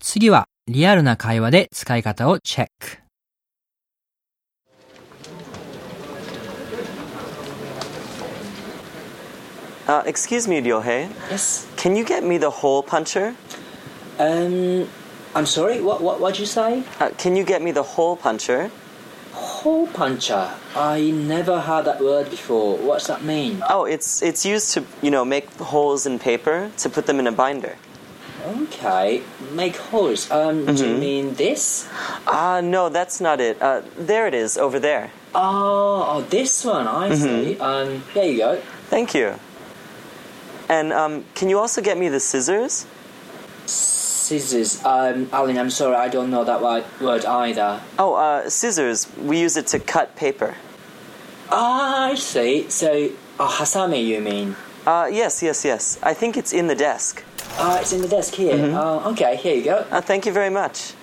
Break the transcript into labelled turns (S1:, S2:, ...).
S1: 次はリアルな会話で使い方をチェック。
S2: Uh, excuse me, Ryohei.
S3: Yes.
S2: Can you get me the hole puncher?
S3: Um, I'm sorry. What what what'd you say?
S2: Uh, can you get me the hole puncher?
S3: Hole puncher. I never heard that word before. What's that mean?
S2: Oh, it's it's used to you know make holes in paper to put them in a binder.
S3: Okay, make holes. Um, do you mean this?
S2: Ah, no, that's not it. Uh, there it is over there.
S3: Oh, oh this one. I see. Um, there you go.
S2: Thank you. And um, can you also get me the scissors?
S3: Scissors. Um, Alan, I'm sorry. I don't know that wi- word either.
S2: Oh, uh, scissors. We use it to cut paper.
S3: Ah, I see. So, a hasame, you mean?
S2: Uh, yes, yes, yes. I think it's in the desk.
S3: Ah, it's in the desk here. Uh, okay, here you go.
S2: Uh, thank you very much.